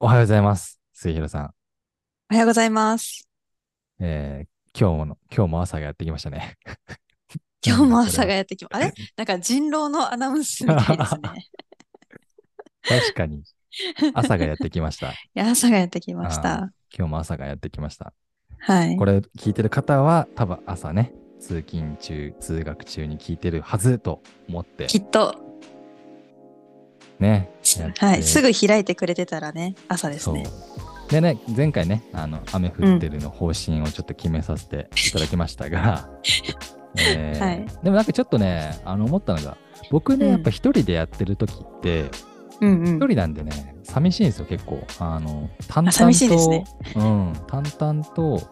おはようございます。末広さん。おはようございます。えー、今日もの、今日も朝がやってきましたね。 今日もなんだこ朝れがは。やってきま、あれなんか人狼のアナウンスみ たいですね。 確かに、朝がやってきました。 いや、朝がやってきましあーた。今日も朝がやってきました。はこい。れ聞いてる方は、多分朝ね、通勤中、通学中に聞いてるはずと思って、きっと、ね、すやっはい。すて、ぐ開いてくれてたらね、朝ですね。そう。でね、前回ね、あの、雨降っうん。てるの方針をちょっと決めさせていただきましたが、は えい。ーでもなんかちょっとね、あの思ったのが、僕うね、やっぱん。一人でやってる時って、うんう一ん。人なんでね、寂しいんですよ、結構。あの、あ、淡寂々しいですね。と、うん、淡々と、こ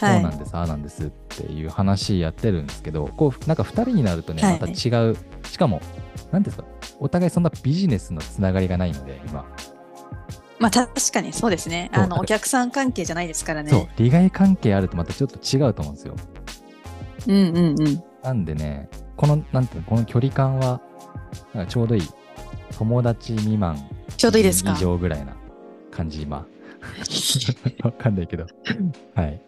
は。うないんです、ああなんですっていう話やってるんですけど、こう、なんか二人になるとね、まはたい。違う、しかも、なんていうんですか、お互いそんなビジネスのつながりがないので、今。まあ、確かにそうですね。そあう、なの、んおか、客さん関係じゃないですからそう、ね。利害関係あるとまたちょっと違うと思うんですよ。うんうんうん。なんでね、この、なんていうの、この距離感は、なんかちょうどいい。友達未満ちょうどいいです以か上ぐらいな感じ、今。 わかんないけど。はい。で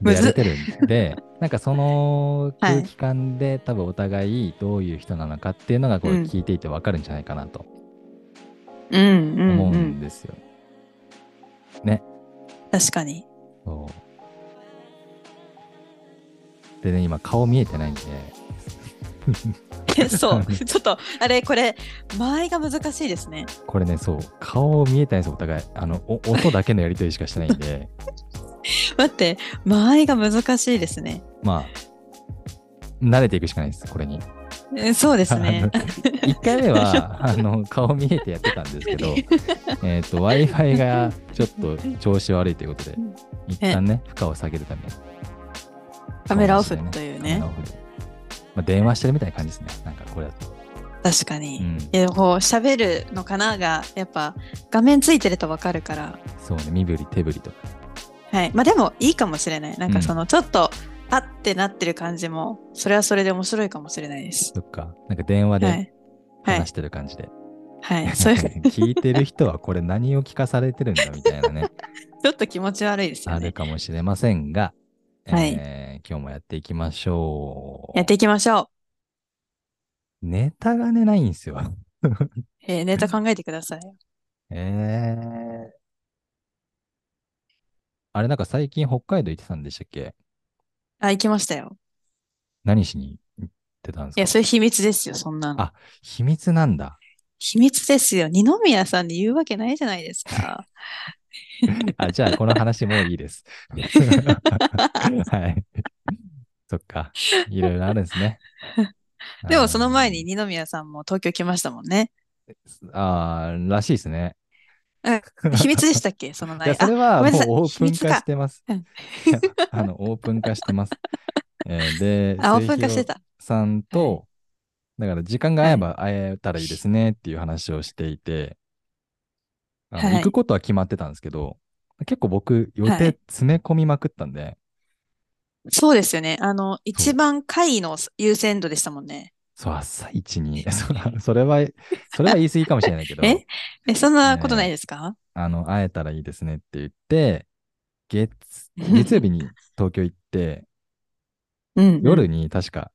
むやれず。てるん で、なんかそのは空い。気感で多分お互いどういう人なのかっていうのがこう。うん聞いていてわかるんじゃないかなとうんうん思ううんん。ですよね。確かに。そう。でね、今顔見えてないんで。あ そう。のちょっと、あれ、これ、間合いが難しいですね。これね、そう、顔見えてないんですよ、お互い。あの、お音だけのやりとりしかしてないん で、待って、間合いが難しいですね。まあ、慣れていくしかないです、これに。えそうです あね。の、1回目 は、あの、顔見えてやってたんですけど、えっ、と、Wi-Fi がちょっと調子悪いということで、一え旦ね、負荷を下げるために、カ顔メ出ラオしフでね、というカメラね。オフで。まあ、電話してるみたいな感じですね、なんかこれだと。確かうに。ん。え、こう、喋るのかなが、やっぱ、画面ついてるとわかるから。そうね、身振り手振りとかね。はい。まあでも、いいかもしれない。なんうか、そん。の、ちょっと、あってなってる感じも、それはそれで面白いかもしれないです。そっか、なんか電話はでい。は話い。してる感じで。はいい。や、 そなん ういう、かね、聞いてる人はこれ何を聞かされてるんだみたいなね、ちょっと気持ち悪いですよあるね。かもしれませんが、はい。えー今日もやっていきましやっょていきましょう。ネタがね、ないんですよ。う。えーネタ考えてください。えー、あれ、なんか最近北海道行ってたんでしたっけあ、行きましたよ。何しに行ってたんですいや、かそれ秘密ですよ、そんなの。あ、秘密なんだ。秘密ですよ。二宮さんに言うわけないじゃないですか。あ、じゃあこの話もういい です。はい。そっか。いろいろあるんですね。 でもその前 あに二宮さんも東京来ましたも んね。ーあー、らしいですね。あ秘密でしたっけそのいや、内そあ、れはごめんなもうさオープい。秘ン密化しか。てます。うん。いや、あの、オープン化してます。えーで、 あ、オー末プン化して広た。さんはい。と、だから時間が合はえい。ば会えたらいいですねっていう話をしていて、あの、行はくい。ことは決まってたんですけど、結構僕予は定い。詰め込みまくったんで、そうですよね。あの、そ一う、番会の優先度でしたもんね。そう、朝一 に、そらそれは、それは言い過ぎかもしれないけえど、え、そんなことなえいーですかあの、会えたらいいですねって言って、 月、月曜日に東京行って、うんう夜ん。に確か、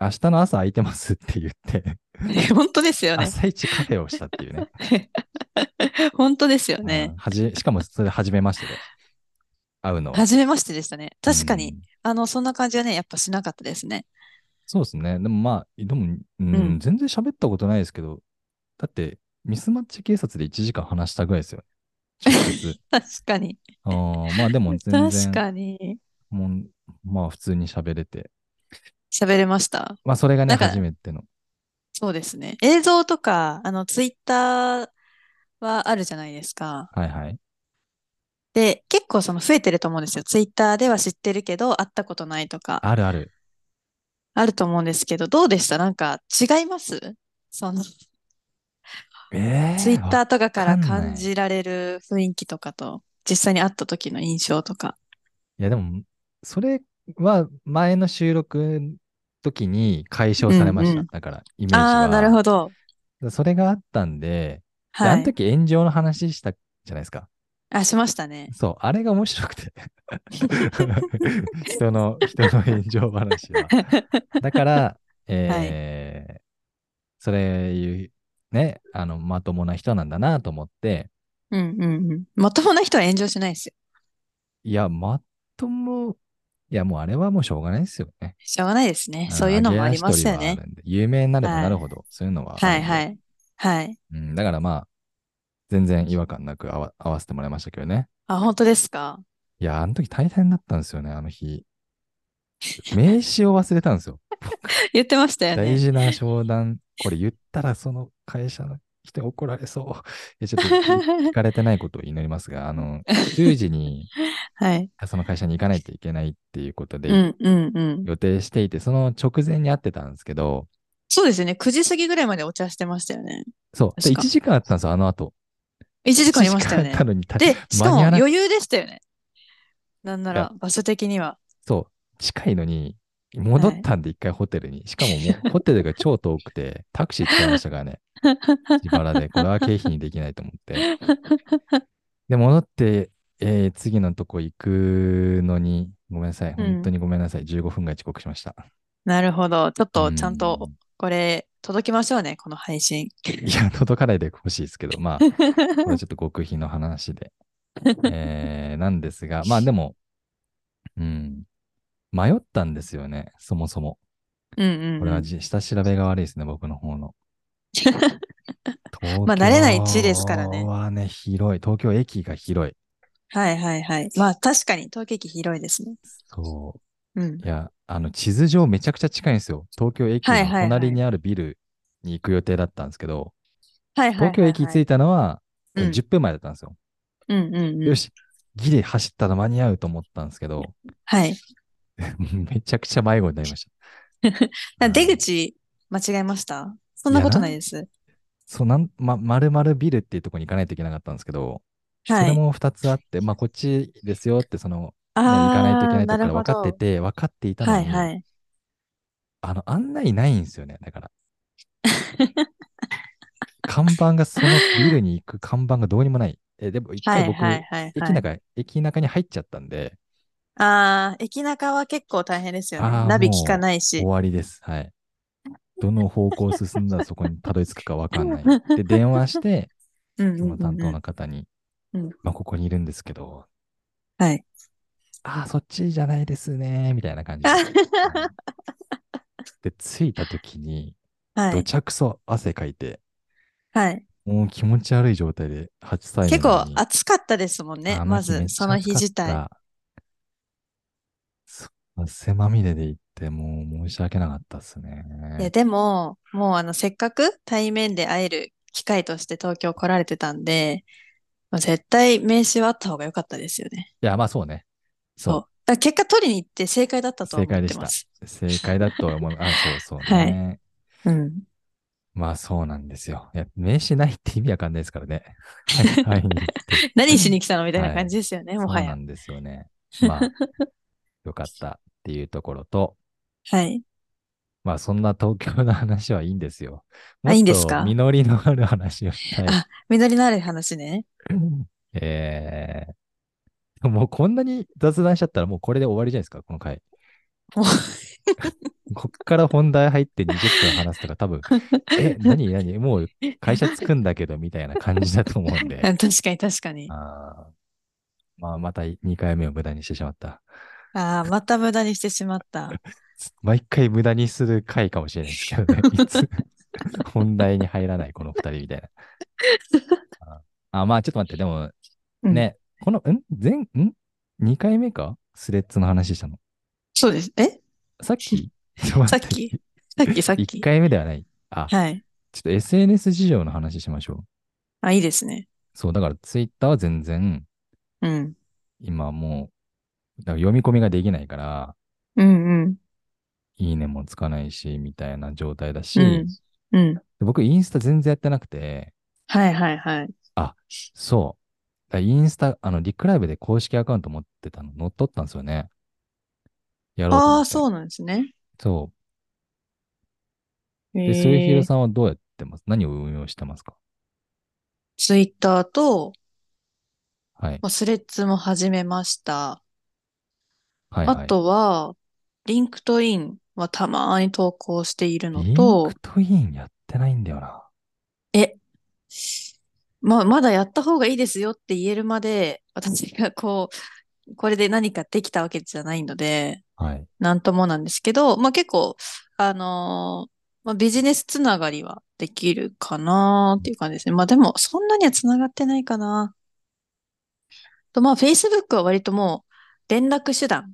明日の朝空いてますって言って 本当ですよね。朝一カフェをしたっていう ね。本当ですようね。ん、はじ、しかもそれ初めましてで、会うのは。初めましてでしたね。う確かに。ん。あの、そんな感じはね、やっぱしなかったですね。そうですね。でもまあ、でも、う、うんん。全然喋ったことないですけど、だって、ミスマッチ警察で1時間話したぐらいですよ。 直接。確かに。あーまあでも全確然、かに。もう、まあ普通に喋れて。喋れました。まあそれがね、なん初か、めての。そうですね。映像とか、あの、ツイッターはあるじゃないですか。はいはい。で、結構その増えてると思うんですよ。ツイッターでは知ってるけど、会ったことないとか、あるある。あると思うんですけど、どうでしたなんか違いますその、ツイええッわターとかかからん感ない。じられる雰囲気とかと、実際に会った時の印象とか。いや、でも、それは前の収録の時に解消うされんましうた。ん。だから、イメージああ、なるは。ほど。それがあったんで、で、あはのい。時炎上の話したじゃないですか。あ、しましたね。そう、あれが面白くて。 人の、人の炎上話は。だ から、えーそれいう、ね、あの、まともな人なんだなと思って、うんうんうん。まともな人は炎上しないですよ。いや、まとも、いや、もうあれはもうしょうがないですよね。しょうがないですね。そういうのもありますよ揚げ足取りねは。あるんで。有名になればなるほど、そういうのはあはるんいで。はい。はい。うん、だからまあ、全然違和感なく合わ合わせてもらいましたけどね。あ、本当ですか いや、あの時大変だったんですよね、あの日。名刺を忘れたんです よ。言ってましたよ大ね。 事な商談、これ言ったらその会社の人に怒られそう。えちょっと聞かれてないことを祈りますが、あ の、10時にはい。その会社に行かないといけないっていうことで、うんうんうん。予定していて、その直前に会ってたんですけど、そうですよね。9時過ぎぐらいまでお茶してましたよね。そう、で確か1時間あったんですよ、あの後。 1時間いましたよ1時間あねった。のに、たで、しか間もに合わな余裕でしたよね。なんないらや、場所的には。そう、近いのに、戻ったんで一回ホテルに。しかも もうホテルが超遠くて、タクシー使いましたからね。自腹で、これは経費にできないと思って。で、戻って、えー次のとこ行くのに、ごめんなさい。うん本当にごめんなさい。15分ぐらい遅刻しました。なるほど。ちょっうとんちゃんとこれ届きましょうね、この配信。いや、届かないでほしいですけど、 まあ、これちょっと極秘の話で。えーなんですが、まあでも、うん、迷ったんですよね、そもそも。うんうんこれはじ下調べが悪いですね、僕の方の。 まあ慣れない地ですからね東京はね、広い。東京駅が広い。はいはいはい。まあ確かに、東京駅広いですね。そうんう。い。や、あの、地図上めちゃくちゃ近いんですよ。東京駅はいのはいはい隣にあるビルに行く予定だったんですけど、はいはいはいはい。東京駅着いたのはうん10分前だったんですよ。うんうんうん。よし、ギリ走ったら間に合うと思ったんですけ ど、はい。。めちゃくちゃ迷子になりました 出口、間違えましたそんなことないです。そうなん、ま、まるまるビルっていうところに行かないといけなかったんですけど、はそれい。も2つあって、まあ、こっちですよって、その、あね行あかないといけないーとなこるろほ分どかってて、分かっていたのはいに、はい。あの、案内ないんですよね、だ から。看板が、そのビルに行く看板がどうにもない。え、でも一はい回僕、はいはい駅はい。中、駅中に入っちゃったんで、ああ、駅中は結構大変ですよねあ。ーナビ効かないし終。わりです。はい。どの方向進んだらそこにたどり着くか分か んない。で、電話して、うんうんその担うんう当んの方に、うんまあ、ここにいるんですけど、はい。ああ、そっちじゃないですね、みたいな感じで。あはいで、着いた時に、はどい。ちゃくそ汗かいて、はい。もう気持ち悪い状態で、初歳結構暑かったですもんね。まず、その日自。あ体。の日めっちゃ暑かったそう汗まみれで行って、もう申し訳なかったですね。いや、でも、もうあの、せっかく対面で会える機会として東京来られてたんで、まあ絶対名刺はあった方が良かったですよね。いや、まあそうね。そう。そうだから結果取りに行って正解だったと思正解っでてしたます。正解だとは思う。あ、 そうそうね。 うん。まあそうなんですよ。いや、名刺ないって意味わかんないです からね。はい、はい。何しに来たのみたいなはい感じですよね、もはそうなや。んですよね。まあ、 よかったっていうところと、はい。まあそんな東京の話はいいんですよ。あいいんですかもっと実りのある話をしたい。あ実りのある話ね。 えー、もうこんなに雑談しちゃったらもうこれで終わりじゃないですか、この回。もうこっから本題入って20分話すとか多分、え、何何もう会社着くんだけどみたいな感じだと思うんで。うん確かに確かに。あーまあまた2回目を無駄にしてしまった。ああ、また無駄にしてしまった。毎回無駄にする回かもしれないですけど ね。いつ本題に入らない、この二人みたいな。ああ、まあちょっと待って、でもうんね、この、ん前、ん ?2 回目かスレッズの話したの。そうです。えさっきちょと待さっきさっきさっ1き。回目ではない。あ、ちょはい。っと SNS 事情の話しましょう。あ、いいですね。そう、だからツイッターは全然、うん。今もう、だから読み込みができないから、うんうん。いいねもつかないし、みたいな状態だし、うんうん。で僕インスタ全然やってなくて、はいはいはい。そう。だインスタ、あの、リクライブで公式アカウント持ってたの、乗っ取ったんですよね。やろうとあ思あ、って。そうなんですね。そえう。で、ースイヒロさんはどうやってます何を運用してますかツイッターと、はい。もうスレッズも始めました。はい、はい。あとは、リンクトインはたまーに投稿しているのリンとク、トインやってないんだよな。え、まあ、まだやった方がいいですよって言えるまで、私がこう、これで何かできたわけじゃないので、はい。なんともなんですけど、まあ結構、あのーまあ、ビジネスつながりはできるかなっていう感じですね。まあでも、そんなにはつながってないかな。と、まあ Facebook は割ともう連絡手段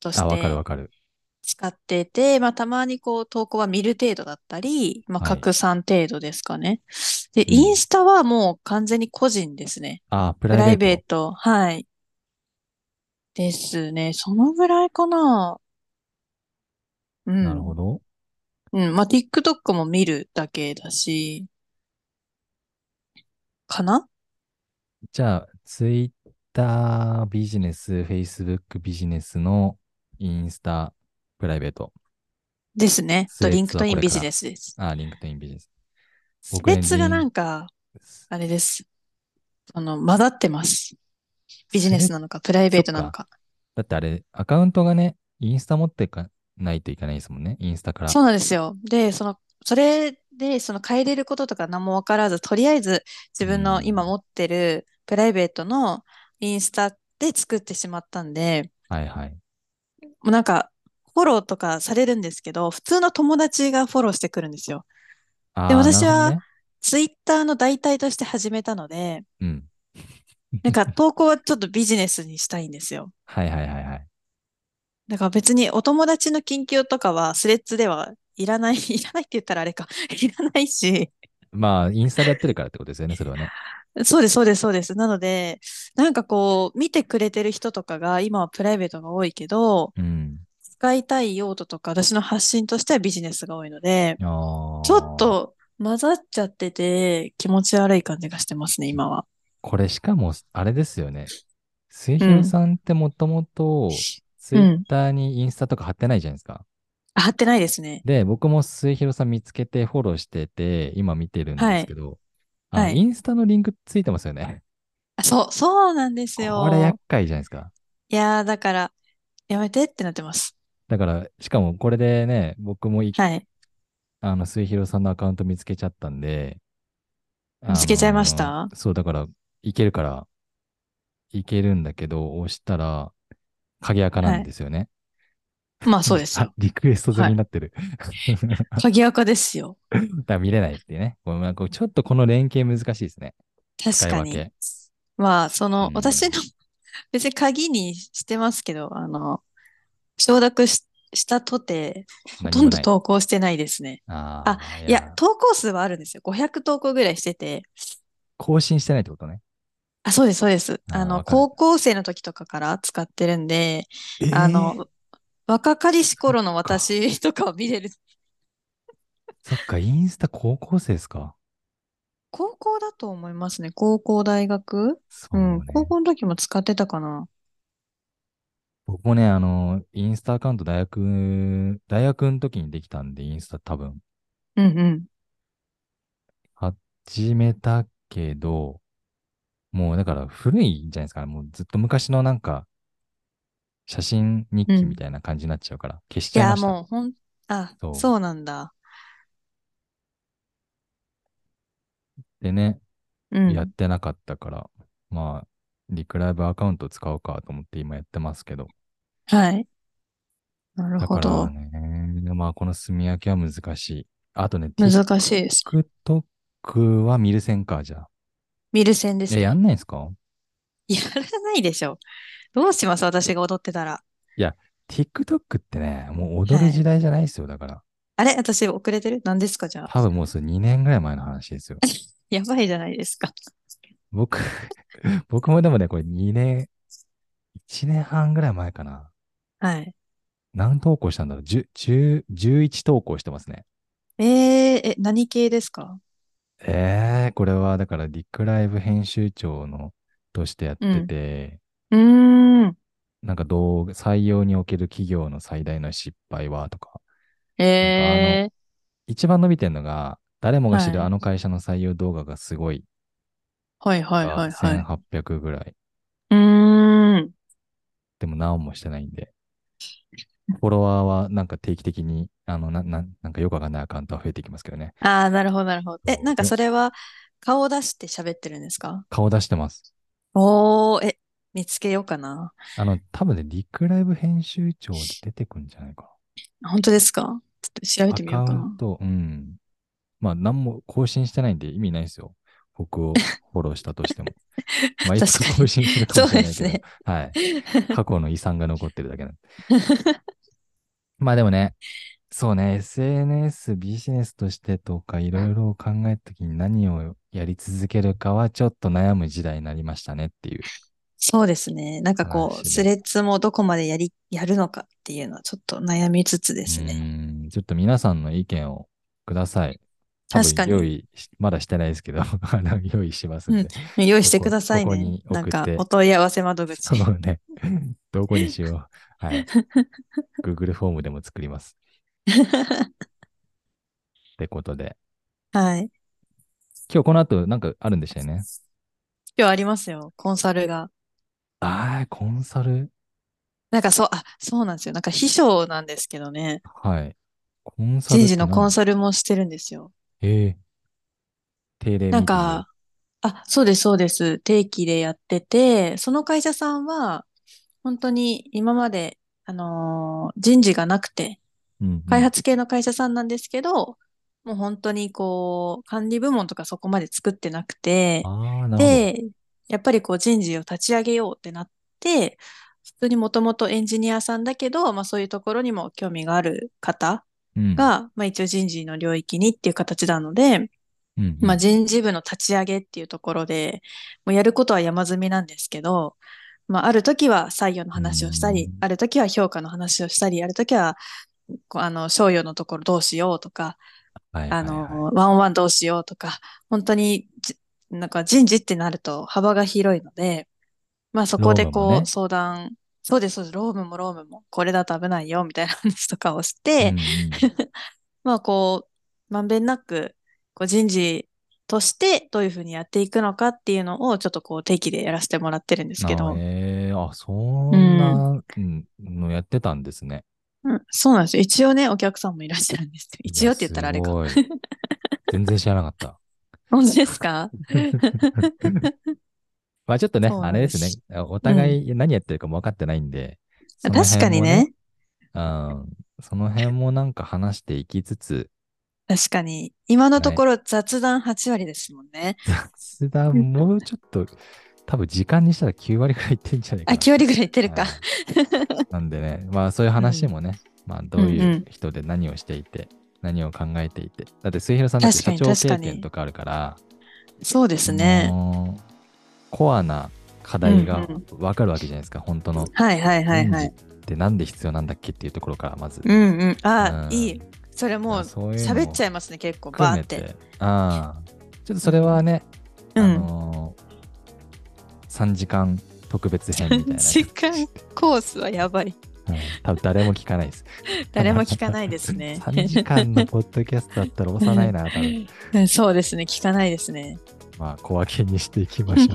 としあ、わかるてわかる。使ってて、まあたまにこう投稿は見る程度だったり、まあはい拡散程度ですかね。で、うんインスタはもう完全に個人ですね。あ、ププラライイベベーート。ト、はい。ですね。そのぐらいかな。うん。なるほど。うん。まあ、TikTok も見るだけだし、かなじゃあ、ツイッタービジネス、フェイスブックビジネスのインスタ、プライベート。ですね。スと、レッズはリンクトイこンれビからジネスです。あ、リンクトインビジネス。ス僕レねッズがリンなんか、あれです。あの、混ざってます。ビジネスなのか、プライベートなのか。だってあれ、アカウントがね、インスタ持ってかないといけないですもんね。インスタから。そうなんですよ。で、その、それで、その変えれることとか何もわからず、とりあえず自分うのん今持ってるプライベートのインスタで作ってしまったんで、はいはい。もうなんか、フォローとかされるんですけど、普通の友達がフォローしてくるんですよ。あーで私なは、るツイッターの代替として始めたので、 ほどねうん。なんか投稿はちょっとビジネスにしたいんですよ。はいはいはいはい。だから別にお友達の近況とかはスレッズではいらない、いらないって言ったらあれか、 いらないし、まあ、インスタでやってるからってことですよね、それはね。そうです、そうです、そうです。なので、なんかこう、見てくれてる人とかが、今はプライベートが多いけど、うん。使いたい用途とか、私の発信としてはビジネスが多いので、あーちょっ。と混ざっちゃってて、気持ち悪い感じがしてますね、今は。これしかも、あれですよね。末広さんってもともと、ツイッターにインスタとか貼ってないじゃないですか。あ、貼ってないですね。で、僕も末広さん見つけてフォローしてて、今見てるんですけど、あのはいインスタのリンクついてますよね。あそう、そうなんですこれよ厄。介じゃないですか。いやー、だから、やめてってなってます。だから、しかもこれでね、僕もい、はい。あの、末広さんのアカウント見つけちゃったんで、見つけちゃいましたあのーそう、だから、いけるから、いけるんだけど、押したら、鍵垢なんですよね。まあそうですあよ。 リクエスト済みになってる。 鍵垢ですよ。だから見れないっていうね。これなんかちょっとこの連携難しいですね。確か使いに分け。まあ、そのう、ん私の、 別に鍵にしてますけど、あの、承諾し、したとて、ほとんどと。投稿してないですね。あーいや、投稿数はあるんですよ。500投稿ぐらいしてて。更新してないってことね。あ、そうです、そうです。あーあわの、かる高校生の時とかから使ってるんで、あの、若かりし頃の私とかを見れる。 そっか、インスタ高校生ですか。高校だと思いますね。高校、大学。そううねん。高校の時も使ってたかな。僕もね、あの、インスタアカウント大学、大学の時にできたんで、インスタ多分、うんうん。始めたけど、もうだから古いんじゃないですかね。もうずっと昔のなんか、写真日記みたいな感じになっちゃうから、消しいちゃいや、ました。もう、ほん、あ、そうそうなんだ。でね、うん。やってなかったから、まあ、リクライブアカウント使おうかと思って今やってますけど。はい。なるだほからど。ね、まあこの住み分けは難しい。あとね、難しいです。 TikTok は見るせんか、じゃあ。見る線ですえ、ね。やんないんすかやらないでしょ。どうします私が踊ってたら。 TikTok ってね、もう踊る時代じゃないですよ。だから、あれ私遅れてる何ですかじゃあ。多分もうそれ2年ぐらい前の話です よ。やばいじゃないですか。 僕、僕もでもね、これ2年、1年半ぐらい前かな。はい。何投稿したんだろう ?10、10 11投稿してますね。えー、え、何系ですかええこれはだからリクライブ編集長のとしてやってて、うーん。なんか動画、採用における企業の最大の失敗はとか、えー、一番伸びてるのが、誰もが知るはいあの会社の採用動画がすごいはいはいがはいはい。 1800ぐらい。何もしてないんで、フォロワーはなんか定期的に、あの、な、ななんかよくわかんないアカウントは増えていきますけどね。ああ、なるほど、なるほど。え、そうなんかそれは顔を出して喋ってるんですか顔出してます。おー、え、見つけようかな。あの、多分ね、リクライブ編集長で出てくんじゃないか本当ですかちょっと調な。べてみようアかカウンな。ト、うん。まあ、何も更新してないんで意味ないですよ。僕 をフォローしたとしても。まあ、いつ確かかに更新するかもしれないけど。そうですねはい。過去の遺産が残ってるだけなんで。 まあでもね、そうね、SNS、ビジネスとしてとかいろいろ考えたときに何をやり続けるかはちょっと悩む時代になりましたねっていう。そうですね。なんかこ話う、でスレッズもどこまでやり、やるのかっていうのはちょっと悩みつつですね。うんちょっと皆さんの意見をください。多分確かに用意し、まだしてないですけど、 あの用意しますんで。用意してくださいここねに。送ってなんか、お問い合わせ窓口。そう ね。どこにしよう。はい。Google フォームでも作ります。ってことで。 はい。今日この後なんかあるんでしたよね。今日ありますよ。コンサルが。ああ、コンサル。なんかそう、あ、そうなんですよ。なんか秘書なんですけどね。はい。コンサル人事のコンササルもしてるんですよ。ル。ええ定例なんミーか、あ、そうです、そうです。定期でやってて、その会社さんは、本当に今まで、あのー人事がなくて、ティング、うんうん開発系の会社さんなんですけど、もう本当にこう、管理部門とかそこまで作ってなくて、ああ、なるほど。で、やっぱりこう人事を立ち上げようってなって、普通にもともとエンジニアさんだけど、まあそういうところにも興味がある方うん、が、まあ一応人事の領域にっていう形なので、うんうんまあ、人事部の立ち上げっていうところで、もうやることは山積みなんですけど、まあ、ある時は採用の話をしたうりん、ある時は評価の話をしたり、ある時は、こうあの、賞与のところどうしようとか、はいはあいはいの、ワンオンワンどうしようとか、本当にじ、なんか人事ってなると幅が広いので、まあそこで労務もこねう相談、そうです、そうです、ロームもロームも、これだと危ないよ、みたいな話とかをして、うんうんまあこう、まんべんなく、こう人事としてどういうふうにやっていくのかっていうのをちょっとこう定期でやらせてもらってるんですけあどー、えーあ、そんなうんのやってたんですね。うん、そうなんですよ。一応ね、お客さんもいらっしゃるんですよ。一応って言ったらあれか。いや。すごい全然知らなかった。本当ですかまあちょっとね、そうあなんれでですすね。お互い何やってるかも分かってないんで。その 確かに辺もね。うん。その辺もなんか話していきつつ、 確かに。今のところ雑談8割ですもんね。雑談もうちょっと、多分時間にしたら9割くらいいってんじゃないかあ、な。 9割ぐらいいってるか。はいなんでね、まあそういう話もね、まあどううんいううん人で何をしていて、何を考えていて。だって末広さんだって社確長かに経確か験にとかあるから、そうですね。もうコアな課題がうん分かるわけじゃないですか、本当の。はいはいはいは人い。事ってなんで必要なんだっけっていうところからまず。うんうん。あ、うんいい。それもう喋っちゃいますね、結構。含バーめって。て。ああ。ちょっとそれはね、うんあのー、3時間特別編みたいな。 時間コースはやばい。はい多分誰も聞かないです。誰も聞かないです ね。 3時間のポッドキャストだったら押さないな、多 分。うん そうですね、聞かないです ね。まあ、小分けにしていきましょ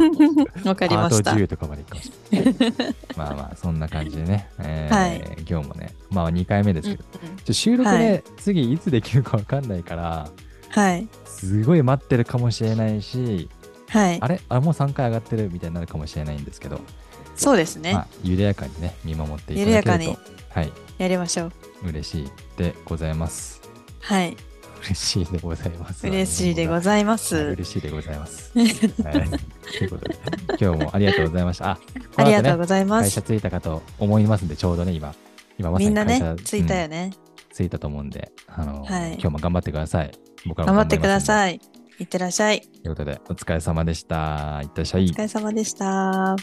う。 わかりましたパート。10とかまでいくかもしれ ない。まあまあ、そんな感じでね、えーはい今日もね、まあ2回目ですうんけうんど、ちょ収録ね、は次いつできるかわかんないから、はい。すごい待ってるかもしれないし、は いあ。れあ、もう3回上がってるみたいになるかもしれないんですけど、そうですまねあ。、緩やかにね、見守っていただける緩やとか、はい、やりましょう。嬉しいでございます。はい。嬉しいでございます。嬉しいでごいざいまはいす。嬉しいでござい ます。はい、ということで、今日もありがとうございました。あ、こあの後りねがとうございま会す社。着いたかと思いますんで、ちょうどね、今、今まさみにんな会社ね、ついたよね、ね。着いたと思うんで、あのーはい今日も頑張ってください。僕らも頑張ってくだい。さい。いってらっしゃい。ということで、お疲れ様でした。いってらっしゃいお疲。れ様でした。